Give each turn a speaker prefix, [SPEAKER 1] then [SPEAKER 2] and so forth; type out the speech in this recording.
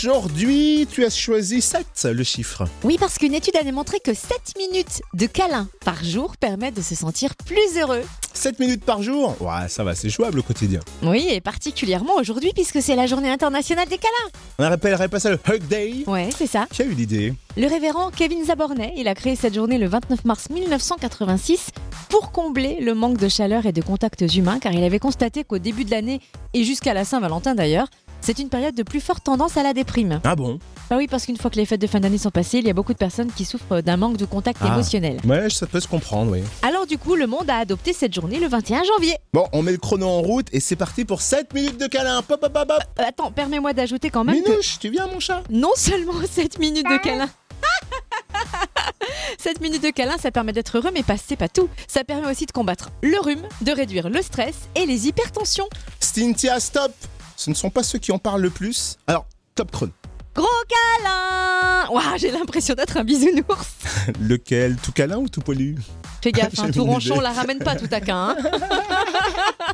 [SPEAKER 1] Aujourd'hui, tu as choisi 7, le chiffre.
[SPEAKER 2] Oui, parce qu'une étude a démontré que 7 minutes de câlin par jour permettent de se sentir plus heureux.
[SPEAKER 1] 7 minutes par jour Ouais, ça va, c'est jouable au quotidien.
[SPEAKER 2] Oui, et particulièrement aujourd'hui puisque c'est la journée internationale des câlins.
[SPEAKER 1] On rappellerait pas ça le Hug Day
[SPEAKER 2] Ouais, c'est ça.
[SPEAKER 1] Qui a eu l'idée
[SPEAKER 2] Le révérend Kevin Zabornet, il a créé cette journée le 29 mars 1986 pour combler le manque de chaleur et de contacts humains car il avait constaté qu'au début de l'année et jusqu'à la Saint-Valentin d'ailleurs, c'est une période de plus forte tendance à la déprime.
[SPEAKER 1] Ah bon
[SPEAKER 2] Bah oui, parce qu'une fois que les fêtes de fin d'année sont passées, il y a beaucoup de personnes qui souffrent d'un manque de contact
[SPEAKER 1] Ah.
[SPEAKER 2] émotionnel.
[SPEAKER 1] Ouais, ça peut se comprendre, oui.
[SPEAKER 2] Alors du coup, le monde a adopté cette journée le 21 janvier.
[SPEAKER 1] Bon, on met le chrono en route et c'est parti pour 7 minutes de câlin. Pop, pop, pop, pop.
[SPEAKER 2] Euh, Attends, permets-moi d'ajouter quand même que
[SPEAKER 1] Minouche, tu viens, mon chat
[SPEAKER 2] non seulement 7 minutes de câlin. 7 minutes de câlin, ça permet d'être heureux, mais pas, c'est pas tout. Ça permet aussi de combattre le rhume, de réduire le stress et les hypertensions.
[SPEAKER 1] Cynthia, stop Ce ne sont pas ceux qui en parlent le plus. Alors, top chrono.
[SPEAKER 2] Gros câlin Waouh, j'ai l'impression d'être un bisounours.
[SPEAKER 1] Lequel Tout câlin ou tout poilu
[SPEAKER 2] Fais gaffe,
[SPEAKER 1] J'ai
[SPEAKER 2] hein,
[SPEAKER 1] mon
[SPEAKER 2] Touranchon,
[SPEAKER 1] idée.
[SPEAKER 2] la ramène pas tout à qu'un. hein.